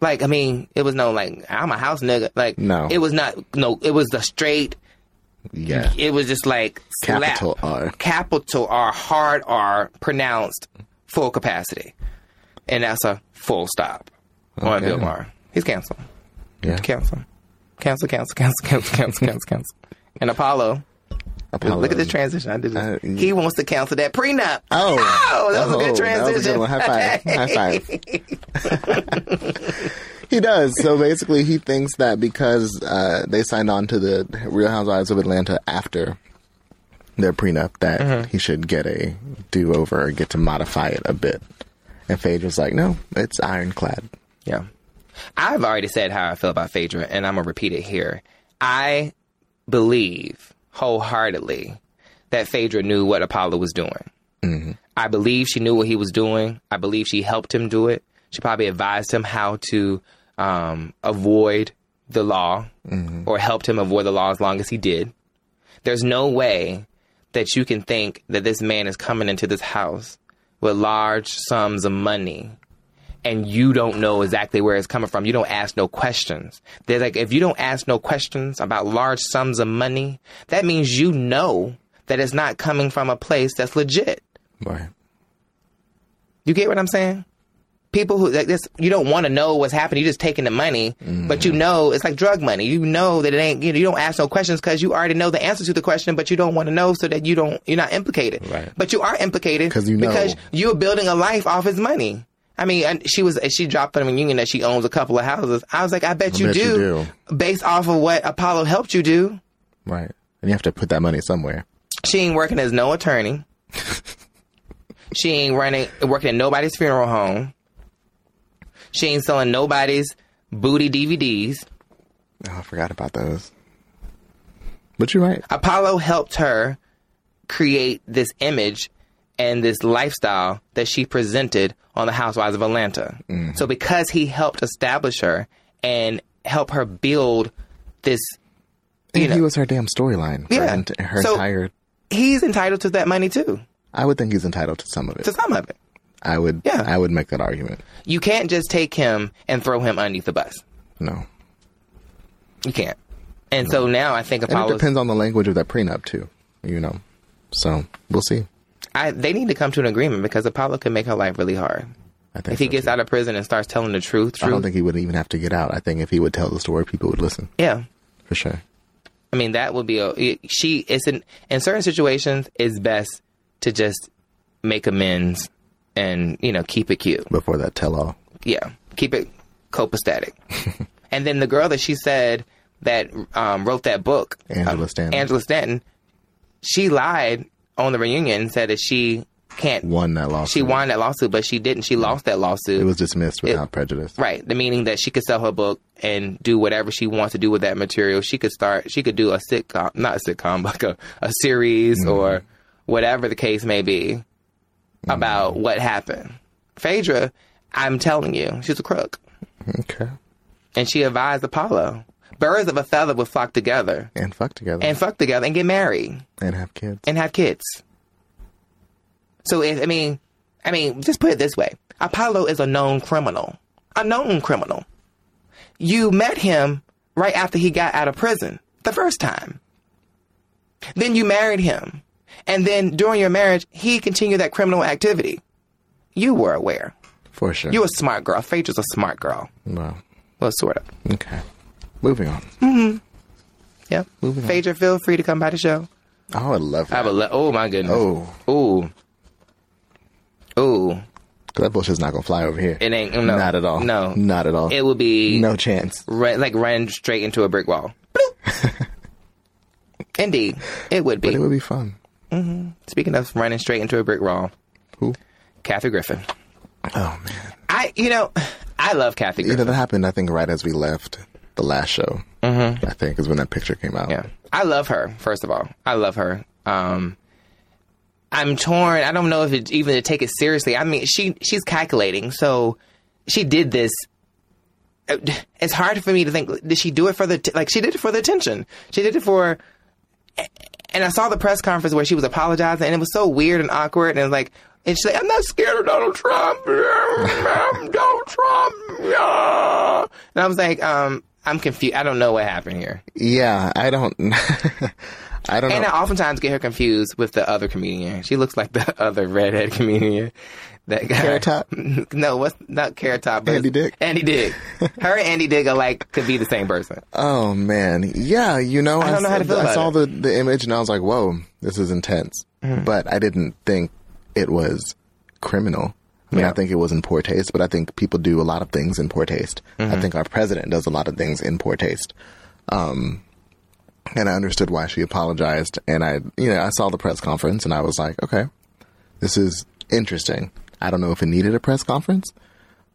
Like, I mean, it was no like I'm a house nigga. Like,
No.
it was not. No, it was the straight.
Yeah.
It was just like slap,
Capital R.
capital R, hard R, pronounced full capacity, and that's a full stop on
Okay.
Bill Maher. He's canceled.
Yeah.
Cancel. Cancel. Cancel. Cancel. Cancel. Cancel. cancel. Cancel. And Apollo.
Apollo.
Look at this transition. I did this.
Uh, yeah.
he wants to cancel that prenup.
Oh,
Oh, that was a good
that was a
transition.
good one. High five. High five. he does. So basically, he thinks that because uh, they signed on to the Real Housewives of Atlanta after their prenup, that
Mm-hmm.
he should get a do over or get to modify it a bit. And Phage was like, no, it's ironclad.
Yeah. I've already said how I feel about Phaedra, and I'm going to repeat it here. I believe wholeheartedly that Phaedra knew what Apollo was doing. I believe she knew what he was doing. I believe she helped him do it. She probably advised him how to um, avoid the law or helped him avoid the law as long as he did. There's no way that you can think that this man is coming into this house with large sums of money and you don't know exactly where it's coming from. You don't ask no questions. They're like, if you don't ask no questions about large sums of money, that means you know that it's not coming from a place that's legit.
Right.
You get what I'm saying? People who like this, you don't want to know what's happening. You're just taking the money, but you
Mm-hmm.
know it's like drug money. You know that it ain't. You, know, you don't ask no questions because you already know the answer to the question, but you don't want to know so that you don't. You're not implicated.
Right.
But you are implicated
'Cause you know.
because you're building a life off his money. I mean, and she was she dropped on a union that she owns a couple of houses. I was like, I bet, you,
bet you
do, based off of what Apollo helped you do.
Right. And you have to put that money somewhere.
She ain't working as no attorney. she ain't running working at nobody's funeral home. She ain't selling nobody's booty DVDs.
Oh, I forgot about those. But you're right.
Apollo helped her create this image and this lifestyle that she presented on the Housewives of Atlanta. So because he helped establish her and help her build this
And
know.
he was her damn storyline. for
Yeah.
Her, ent- her
So-
entire.
he's entitled to that money too.
I would think he's entitled to some of it.
To some of it.
I would
Yeah.
I would make that argument.
You can't just take him and throw him underneath the bus.
No.
You can't. And so now I think
And it
Apollo.
depends on the language of that prenup too, you know. So we'll see.
I, they need to come to an agreement because Apollo could make her life really hard.
I think
If he
so,
gets
too.
out of prison and starts telling the truth,
I don't
truth,
think he would even have to get out. I think if he would tell the story, people would listen
yeah.
for sure.
I mean, that would be a it- she. It's in in certain situations, it's best to just make amends and you know keep it cute.
Before that tell all,
Yeah, keep it copacetic. and then the girl that she said that um, wrote that book,
Angela
um,
Stanton.
Angela Stanton, she lied on the reunion and said that she can't
won that lawsuit.
She won that lawsuit, but she didn't. She lost that lawsuit.
It was dismissed without prejudice.
right. The meaning that she could sell her book and do whatever she wants to do with that material. She could start. She could do a sitcom, not a sitcom, but like a, a series
Mm-hmm.
or whatever the case may be about what happened. Phaedra, I'm telling you, she's a crook,
Okay.
and she advised Apollo. Birds of a feather would flock together
And fuck together
and
and,
fuck together and get married
have kids.
and have kids. So if I mean, I mean, just put it this way Apollo is a known criminal. A known criminal. You met him right after he got out of prison the first time. Then you married him. And then during your marriage, he continued that criminal activity. You were aware.
for sure.
You a smart girl. Faith is a smart girl.
Wow.
Well, sort of.
Okay. Moving on.
Yeah. Phaedra, feel free to come by the show.
I would love
I
that.
would love. Oh my goodness.
Oh.
Ooh. Ooh.
that bullshit's not gonna fly over here.
It ain't. No.
Not at all.
No.
Not at all.
It would be
no chance.
Run, like run straight into a brick wall. Bloop. Indeed, it would be.
But it would be fun.
Speaking of running straight into a brick wall,
Who?
Kathy Griffin.
Oh man.
I, you know, I love Kathy
You
Griffin.
know that happened. I think right as we left the last show. Mm-hmm. I think is when that picture came out.
Yeah. I love her, first of all. I love her. Um I'm torn. I don't know if it's even to take it seriously. I mean, she she's calculating. So she did this Uh, it's hard for me to think did she do it for the t- like she did it for the attention. She did it for and I saw the press conference where she was apologizing and it was so weird and awkward and it was like and she's like, I'm not scared of Donald Trump. I'm Donald Trump. Yeah. And I was like, um, I'm confused. I don't know what happened here.
Yeah. I don't. I don't
And
know.
I oftentimes get her confused with the other comedian. She looks like the other redhead comedian. That guy.
Carrot Top?
no, what's not Carrot Top? But
Andy
it's-
Dick?
Andy Dick. Her and Andy Dick are like could be the same person.
Oh man, yeah, you know,
I don't know how to
saw-
feel
I
about
saw
it. Hmm.
the the image and I was like, "Whoa, this is intense," but I didn't think it was criminal. I mean, I think it was in poor taste, but I think people do a lot of things in poor taste.
Mm-hmm.
I think our president does a lot of things in poor taste. Um, and I understood why she apologized, and I, you know, I saw the press conference and I was like, "Okay, this is interesting." I don't know if it needed a press conference,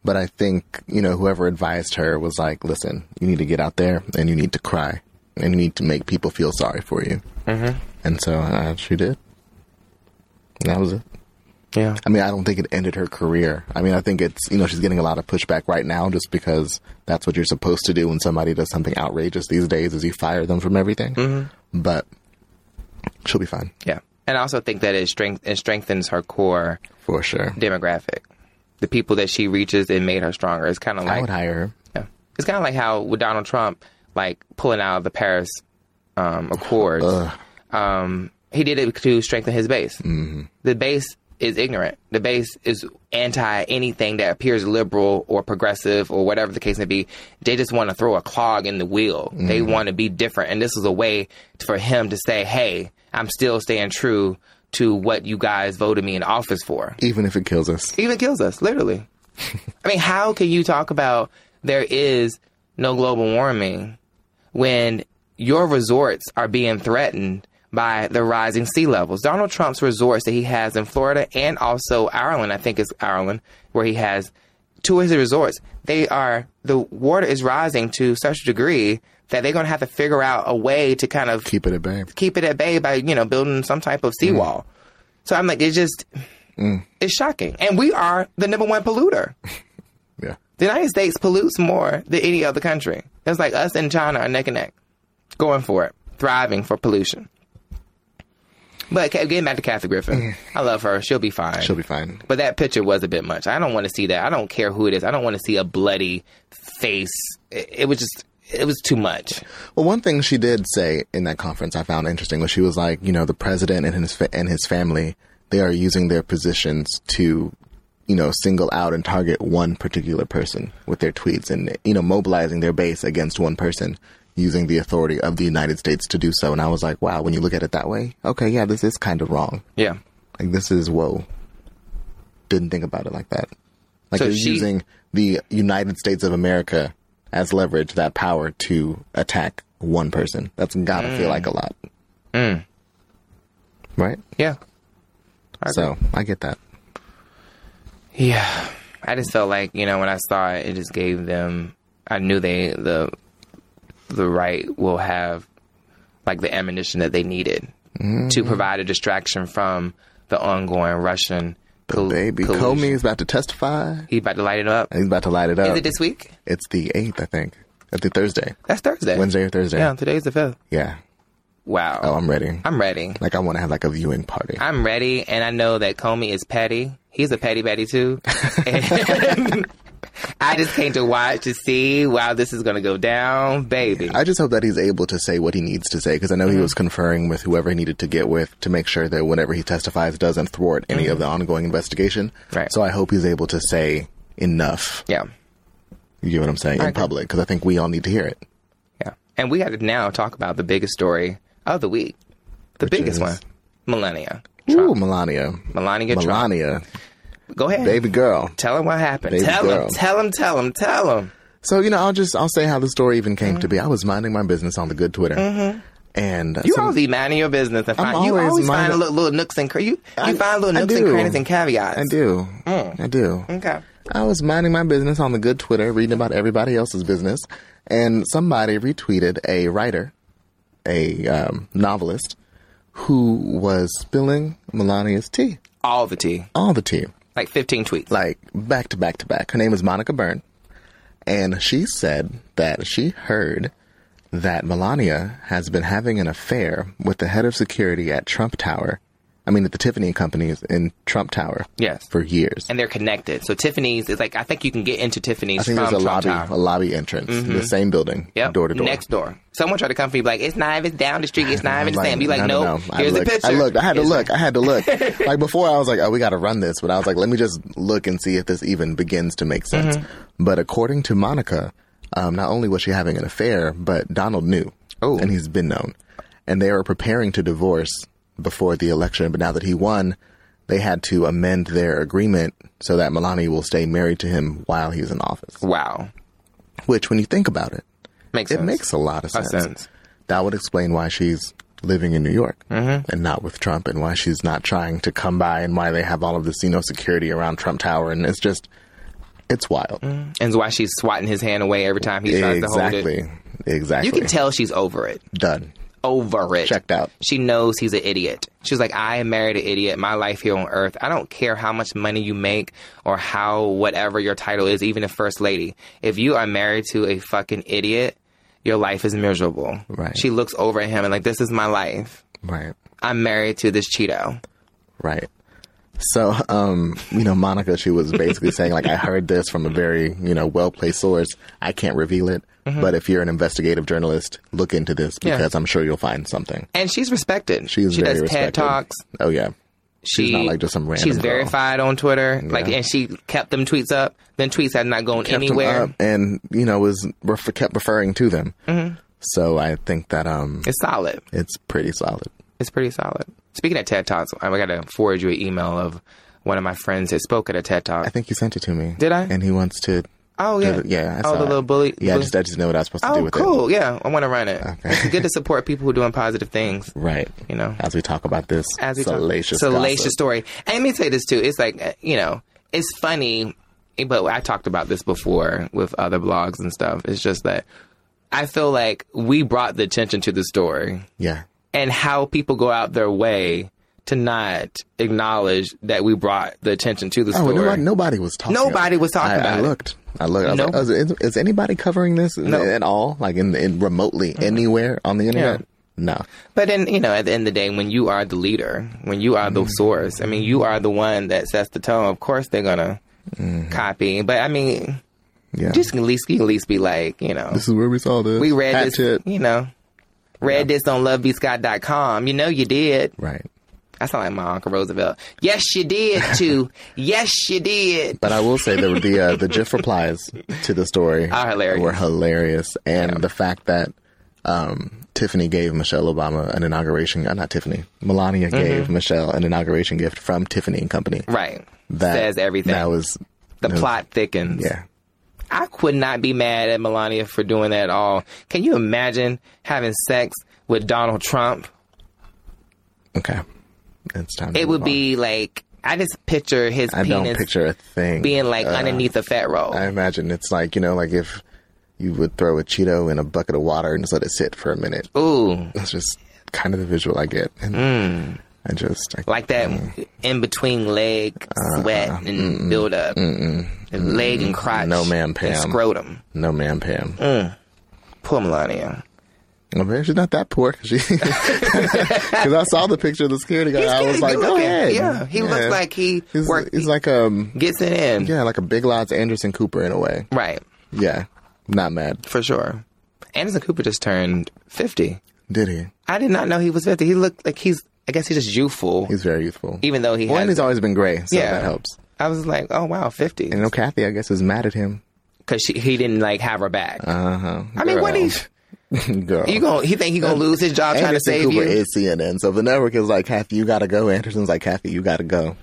but I think, you know, whoever advised her was like, listen, you need to get out there and you need to cry and you need to make people feel sorry for you. Mm-hmm. And so uh, she did. And that was it.
Yeah.
I mean, I don't think it ended her career. I mean, I think it's, you know, she's getting a lot of pushback right now just because that's what you're supposed to do when somebody does something outrageous these days is you fire them from everything. But she'll be fine
Yeah. And I also think that it strength it strengthens her core
for sure.
demographic. The people that she reaches it made her stronger. It's kinda
I
like
would hire her.
yeah. It's kinda like how with Donald Trump, like pulling out of the Paris um Accords. um, he did it to strengthen his base. Mm-hmm. The base is ignorant. The base is anti anything that appears liberal or progressive or whatever the case may be. They just want to throw a clog in the wheel. They want to be different. And this is a way for him to say, hey, I'm still staying true to what you guys voted me in office for
Even if it kills us.
even kills us, literally. I mean, how can you talk about there is no global warming when your resorts are being threatened by the rising sea levels? Donald Trump's resorts that he has in Florida and also Ireland, I think it's Ireland, where he has two of his resorts, they are, the water is rising to such a degree that they're going to have to figure out a way to kind of
Keep it at bay.
keep it at bay by you know building some type
Mm.
of seawall. So I'm like, it's just it's shocking, and we are the number one polluter.
Yeah.
The United States pollutes more than any other country. It's like us and China are neck and neck, going for it, thriving for pollution. But ca- getting back to Kathy Griffin, I love her. She'll be fine.
Mm. She'll be fine.
But that picture was a bit much. I don't want to see that. I don't care who it is. I don't want to see a bloody face. It, it was just, it was too much.
Well, one thing she did say in that conference I found interesting was she was like, you know, the president and his fa- and his family, they are using their positions to, you know, single out and target one particular person with their tweets and you know mobilizing their base against one person using the authority of the United States to do so. And I was like, wow, when you look at it that way, okay, yeah, this is kind of wrong.
Yeah.
Like this is whoa. Didn't think about it like that. Like
So
they're
she-
using the United States of America as leverage, that power to attack one person. That's gotta feel like a lot.
Mm.
Right?
Yeah.
so I get that.
Yeah. I just felt like, you know, when I saw it, it just gave them I knew they the the right will have like the ammunition that they needed to provide a distraction from the ongoing Russian col-
Baby
collusion.
Comey is about to testify.
He about to light it up.
He's about to light it up.
Is it this week?
it's the eighth, I think. I think Thursday.
That's Thursday.
Wednesday or Thursday.
Yeah, today's the fifth.
Yeah.
Wow.
Oh, I'm ready.
I'm ready.
Like I want to have like a viewing party.
I'm ready, and I know that Comey is petty. He's a petty betty too. And I just came to watch to see wow this is gonna go down, baby.
I just hope that he's able to say what he needs to say because I know
Mm-hmm.
he was conferring with whoever he needed to get with to make sure that whatever he testifies doesn't thwart any of the ongoing investigation.
Mm-hmm. Right.
So I hope he's able to say enough.
yeah,
You get what I'm saying in public because I think we all need to hear it.
yeah. And we got to now talk about the biggest story of the week, the biggest
is-
one, Melania,
Ooh, Melania,
Melania, Trump.
Melania,
Go ahead,
baby girl.
Tell him what happened.
Baby
tell
girl.
him. Tell him. Tell him. Tell him.
So you know, I'll just I'll say how the story even came to be. I was minding my business on the good Twitter, and
Mm-hmm. You
some-
always be minding your business and
I'm
find, you
always
always find
minding-
little, little nooks and crannies. You, you find little
I
nooks and
do.
crannies and caveats. Mm.
I do, I do.
Okay.
I was minding my business on the good Twitter, reading about everybody else's business, and somebody retweeted a writer, a um, novelist, who was spilling Melania's tea,
All the tea.
all the tea,
Like 15 tweets.
like back to back to back. Her name is Monica Byrne, and she said that she heard that Melania has been having an affair with the head of security at Trump Tower. I mean, at the Tiffany Companies in Trump Tower.
Yes.
For years.
and they're connected. So Tiffany's is like, I think you can get into Tiffany's
I think
from
there's a
Trump
lobby, a
Tower.
lobby entrance, the same building,
Mm-hmm. Yep.
door to door.
Next door. Someone tried to come for you, be like, it's not even down the street. It's not even the same. Be like,
no,
no,
no, no.
here's
I
a
looked,
picture.
I looked. I had to
Here's-
look. I had to look. like before, I was like, "Oh, we got to run this," but I was like, "Let me just look and see if this even begins to make sense."
Mm-hmm.
But according to Monica, um, not only was she having an affair, but Donald knew,
Oh.
and he's been known, and they were preparing to divorce before the election. But now that he won, they had to amend their agreement so that Melania will stay married to him while he's in office.
Wow.
Which, when you think about it,
Makes
it
sense.
makes a lot of
A
sense.
sense.
That would explain why she's living in New York
Mm-hmm.
and not with Trump, and why she's not trying to come by, and why they have all of this, you know, security around Trump Tower, and it's just, it's wild.
And it's why she's swatting his hand away every time Mm-hmm. he tries to hold it.
Exactly, exactly.
You can tell she's over it.
done.
over it.
Checked out.
She knows he's an idiot. She's like, I married an idiot. My life here on earth. I don't care how much money you make or how whatever your title is, even a first lady. If you are married to a fucking idiot, your life is miserable.
Right.
She looks over at him and like, this is my life.
Right,
I'm married to this Cheeto.
right. So, um, you know, Monica, she was basically saying, like, I heard this from a very, you know, well placed source. I can't reveal it, but if you're an investigative journalist, look into this
Mm-hmm. Yeah.
because I'm sure you'll find something.
And she's respected.
She's
she
very
does TED
respected.
Talks.
Oh yeah,
She,
She's not like just some random
She's
girl.
verified on Twitter. Like, and she kept them tweets up. Then tweets had not gone
kept 'em
anywhere.
up and you know was ref- kept referring to them. So I think that um,
Mm-hmm. It's solid.
it's pretty solid.
It's pretty solid. Speaking of TED Talks, I got to forward you an email of one of my friends that spoke at a TED Talk.
I think you sent it to me.
Did I?
And he wants to.
oh yeah,
yeah. I
oh,
saw
the
it.
little bully.
Yeah, I
bully-
just I just know what I was supposed to do
oh,
with it.
cool. Yeah, I want to run it.
Okay.
It's good to support people who are doing positive things.
Right.
You know,
As we talk about this
as we
salacious,
talk, salacious
gossip.
story. And let me say this too. It's like uh, you know, it's funny, but I talked about this before with other blogs and stuff. It's just that I feel like we brought the attention to the story.
Yeah.
and how people go out their way to not acknowledge that we brought the attention to the
Oh,
story.
nobody, nobody was talking.
Nobody was talking
I,
about
I
it.
looked. I looked. I was like,
No.
oh, is, is- is anybody covering this
No.
at all? Like in, in remotely anywhere on the internet?
Yeah.
No.
But then, you know, at the end of the day, when you are the leader, when you
Mm.
are the source, I mean, you are the one that sets the tone. Of course, they're gonna
Mm-hmm.
copy. But I mean,
Yeah.
just at least you can at least be like, you know,
this is where we saw this.
we read
Hat
this,
tip.
you know, read this on lovebscott.com. You know, you did.
Right.
I sound like my Uncle Roosevelt. Yes, you did too. yes, you did.
But I will say the the uh, the GIF replies to the story
Are hilarious.
were hilarious, and the fact that um, Tiffany gave Michelle Obama an inauguration, uh, not Tiffany, Melania gave Michelle an inauguration gift from Tiffany and Company.
Mm-hmm. Right.
That
Says everything.
That was
the
that was-
plot thickens.
Yeah,
I could not be mad at Melania for doing that at all. Can you imagine having sex with Donald Trump?
okay. It's time. to
It would
move
be like I just picture his
on. I don't
penis
picture a thing
being like
Uh,
underneath a fat roll.
I imagine it's like you know, like if you would throw a Cheeto in a bucket of water and just let it sit for a minute.
Ooh,
That's just kind of the visual I get, and I just I,
Mm. like that
Mm.
in between
Uh,
leg sweat and build up, and leg and crotch,
No, ma'am,
and
Pam.
scrotum.
no, ma'am, Pam.
Poor Melania.
Well, maybe she's not that poor because I saw the picture of the security guy.
He's
I was
good
like, go
looking.
ahead.
Yeah, he looks like he
he's,
worked-
He's like um
Gets it in.
yeah, like a big lots Anderson Cooper in a way.
Right.
Yeah, not mad.
For sure. Anderson Cooper just turned 50.
Did he?
I did not know he was 50. He looked like he's, I guess he's just youthful.
He's very youthful.
even though he
well, and
has.
he's always been gray, so
Yeah.
that helps.
I was like, oh wow, 50.
And you know, Kathy, I guess, is mad at him.
Because he didn't like have her back.
Uh huh.
I mean, what is
girl?
you gonna? He think he gonna lose his job trying to
Anderson
save
Cooper
you?
is CNN, so if the network is like, Kathy, you gotta go. Anderson's like, Kathy, you gotta go.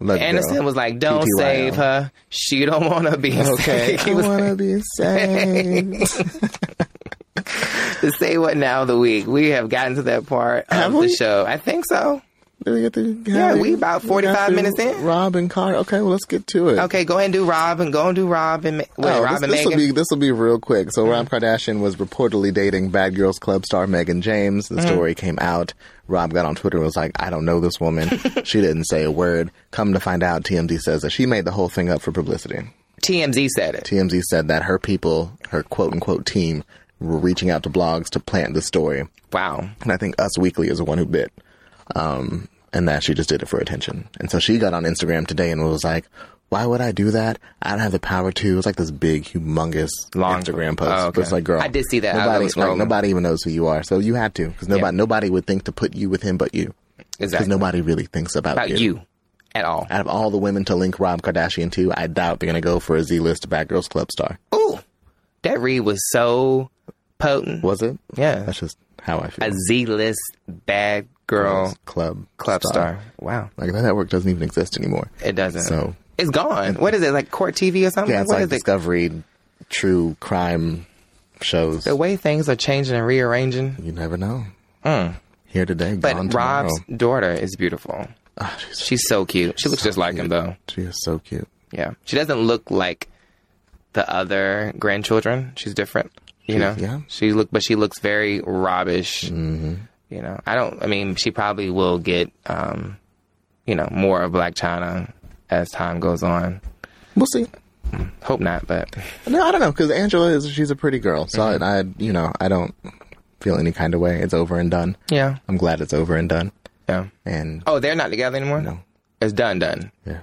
Look,
Anderson
girl.
was like, "Don't
TTYL.
save her. She don't want to be okay."
Okay,
he
I
was
wanna be saved.
to say what now of the week. We have gotten to that part
Have
of
we?
the show. I think so.
Did we get through-
Yeah, we about
got
45
through
minutes in.
Rob and Car. Okay, well, let's get to it.
Okay, go ahead and do Rob and go and do Rob and Ma- wait,
Oh,
Rob
this,
and
this will
Megan. Mm-hmm.
be this will be real quick. So, Rob Kardashian was reportedly dating Bad Girls Club star Megan James.
Mm-hmm.
The story came out. Rob got on Twitter and was like, "I don't know this woman. she didn't say a word." Come to find out, TMZ says that she made the whole thing up for publicity.
TMZ said it.
TMZ said that her people, her quote unquote team, were reaching out to blogs to plant the story,
Wow.
and I think Us Weekly is the one who bit. Um, and that she just did it for attention. And so she got on Instagram today and was like, why would I do that? I don't have the power to. It was like this big, humongous
Long-
Instagram post.
Oh,
But It's
okay.
like, girl,
I did see that. I- I
Nobody,
was
like,
scrolling.
nobody even knows who you are. So you had to, because nobody, nobody would think to put you with him but you. Because
Exactly.
nobody really thinks about,
About you at all?
Out of all the women to link Rob Kardashian to, I doubt they're going to go for a Z list Bad Girls Club star.
Ooh, that read was so potent.
Was it?
Yeah.
That's just how I feel.
A Z list bad girl
club.
club star. Wow,
Like that network doesn't even exist anymore.
it doesn't.
So-
it's gone. What is it like? Court TV or something?
Yeah, it's
What
like
is it?
discovery, true crime shows.
The way things are changing and rearranging.
You never know. Here today,
Hmm. But
gone tomorrow.
Rob's daughter is beautiful.
Ah, she's,
She's so cute. She looks just like him, though.
she is so cute.
Yeah. She doesn't look like the other grandchildren. She's different. You know?
yeah. Mm-hmm.
She look, but she looks very Robish. You know? I don't, I mean, she probably will get, um, you know, more of Black China as time goes on.
We'll see.
Hope not, but
No, I don't know because Angela is she's a pretty girl. So
Mm-hmm.
I, I, you know, I don't feel any kind of way. It's over and done.
yeah.
I'm glad it's over and done.
Yeah.
And
Oh, they're not together anymore?
No.
It's done, done.
yeah.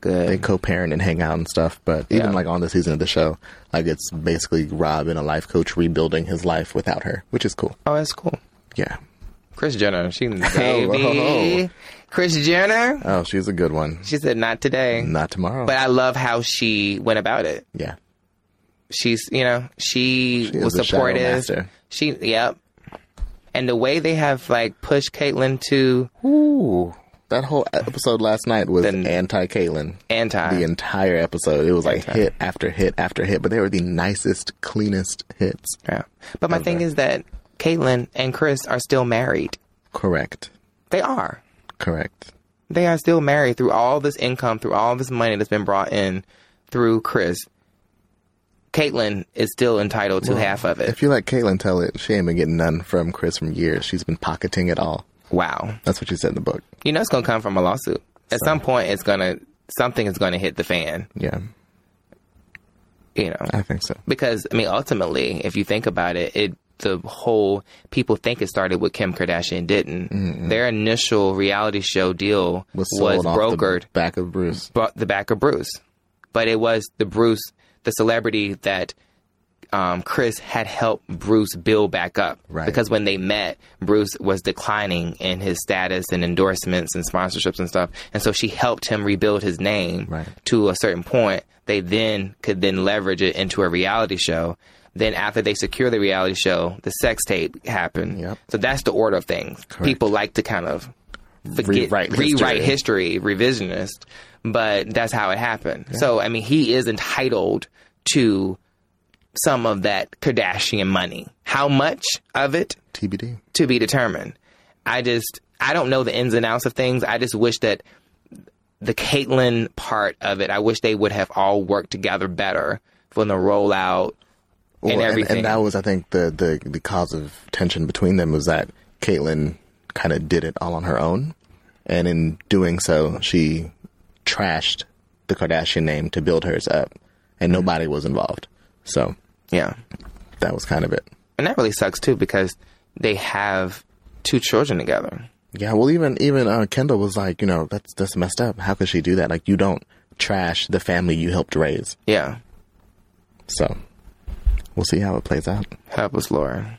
Good.
they co-parent and hang out and stuff. But even
Yeah.
like on the season of the show, like it's basically Rob and a life coach rebuilding his life without her, which is cool.
oh, that's cool.
Yeah.
Chris Jenner. She, baby.
oh, oh.
Chris Jenner.
Oh, she's a good one.
She said, "Not today."
Not tomorrow.
But I love how she went about it.
yeah.
She's, you know, she,
She
was
is a shadow
supportive.
master.
She, yep. And the way they have like pushed Caitlyn to
Ooh. That whole episode last night was
Then-
anti Caitlyn.
anti,
The entire episode. It was like
Anti.
hit after hit after hit, but they were the nicest, cleanest hits.
yeah. But my thing is that Caitlyn and Chris are still married.
Correct.
They are.
Correct.
They are still married through all this income, through all this money that's been brought in through Chris. Caitlyn is still entitled to half of it.
If you let Caitlyn tell it, she ain't been getting none from Chris from years. She's been pocketing it all.
Wow.
That's what she said in the book.
You know it's gonna come from a lawsuit. At some point, it's gonna something is gonna hit the fan.
Yeah,
You know,
I think so.
because I mean, ultimately, if you think about it, it the whole people think it started with Kim Kardashian didn't. Their initial reality show deal was,
Mm-hmm. sold off the
brokered
back of Bruce.
brought the back of Bruce, but it was the Bruce, the celebrity that um, Chris had helped Bruce build back up.
Right.
Because when they met, Bruce was declining in his status and endorsements and sponsorships and stuff, and so she helped him rebuild his name
Right.
to a certain point. They then could then leverage it into a reality show. Then after they secure the reality show, the sex tape happened.
Yep.
So that's the order of things. People like to kind of forget,
Rewrite
rewrite,
history.
history. revisionist. But that's how it happened. So I mean, he is entitled to some of that Kardashian money. How much of it
TBD.
to be determined. I just I don't know the ins and outs of things. I just wish that the Caitlyn part of it, I wish they would have all worked together better from the rollout
Well,
and everything.
And, that was, I think, the, the the cause of tension between them was that Caitlyn kind of did it all on her own, and in doing so, she trashed the Kardashian name to
Mm-hmm.
build hers up, and nobody was involved. So
yeah.
that was kind of it.
And that really sucks too because they have two children together.
Yeah, well, even even uh, Kendall was like, you know, that's that's messed up. How could she do that? Like, you don't trash the family you helped raise.
Yeah.
So, we'll see how it plays out.
Help us, Laura.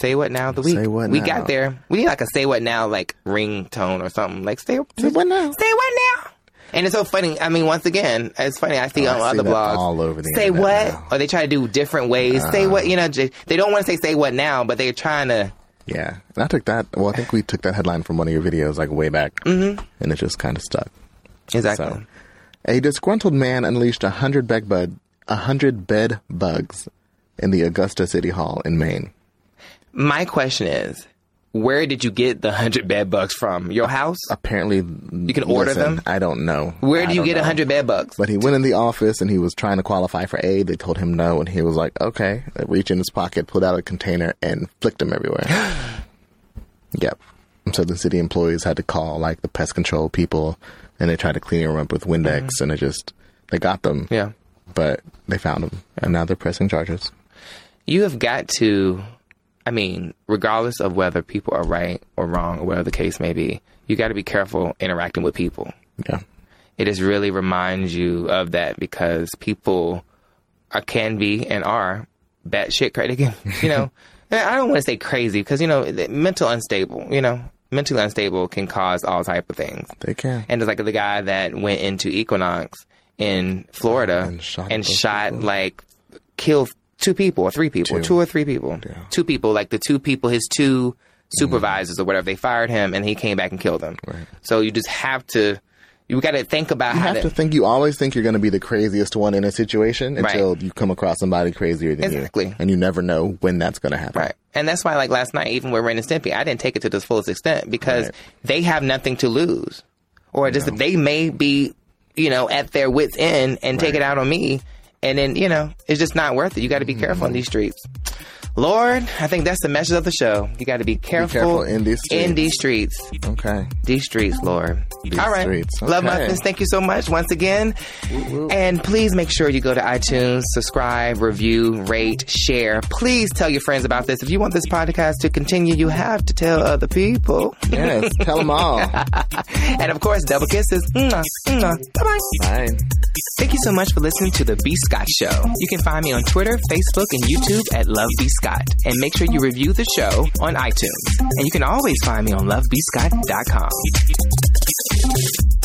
Say what now of the week.
Say what
we
now.
got there. We need like a say what now like ringtone or something. Like say
Say what now?
Say what now? And it's so funny. I mean, once again, it's funny. I see
Oh, I
on
see
other
that
blogs
all over the
say
internet
what,
now. Uh-huh.
or they try to do different ways. say what, you know? j- They don't want to say say what now, but they're trying to.
Yeah, and I took that. Well, I think we took that headline from one of your videos like way back, mm-hmm. and it just kind of stuck.
Exactly.
So, a disgruntled man unleashed a hundred bed bug, a hundred bed bugs, in the Augusta City Hall in Maine.
My question is, where did you get the hundred bed bugs from? Your house?
Apparently, you
can order them?
I don't know.
Where
I
do you
don't
get a
know.
hundred bed bugs?
But he went in the office and he was trying to qualify for aid. They told him no, and he was like, "Okay." I reached in his pocket, pulled out a container, and flicked them everywhere. yep. And So the city employees had to call like the pest control people, and they tried to clean them up with Windex, and it just they got them.
Mm-hmm. Yeah.
But they found them, and now they're pressing charges.
you have got to i mean regardless of whether people are right or wrong or whatever the case may be you got to be careful interacting with people
Yeah.
it just really reminds you of that because people are can be and are batshit crazy. You know, And I don't want to say crazy because you know the- mental unstable. You know, mentally unstable can cause all type of things.
They can.
And it's like the guy that went into Equinox in Florida
And shot
and
those
shot, like killed two people or three people, two, or three people, two people. Like the two people, his two
Mm-hmm.
supervisors or whatever, they fired him and he came back and killed them. So you just have to. You got to think about
You
how
have to think. You always think you're going to be the craziest one in a situation until you come across somebody crazier than you,
Exactly.
and you never know when that's going to happen.
Right. And that's why, like last night, even with Ren and Stimpy, I didn't take it to the fullest extent because they have nothing to lose. Or just they may be, you know, at their wits' end and take it out on me. And then, you know, it's just not worth it. You got to be careful in these streets. Lord, I think that's the message of the show. You got to be careful,
careful in these
In these streets.
Okay.
These streets, Lord. All right.
streets.
Love
Okay.
Muffins, thank you so much once again. And please make sure you go to iTunes, subscribe, review, rate, share. Please tell your friends about this. If you want this podcast to continue, you have to tell other people.
Yes. tell them all.
And of course, double kisses. Mwah, mwah. Bye-bye.
Bye.
Thank you so much for listening to The B. Scott Show. You can find me on Twitter, Facebook, and YouTube at Love B. Scott. And make sure you review the show on iTunes. And you can always find me on lovebscott.com.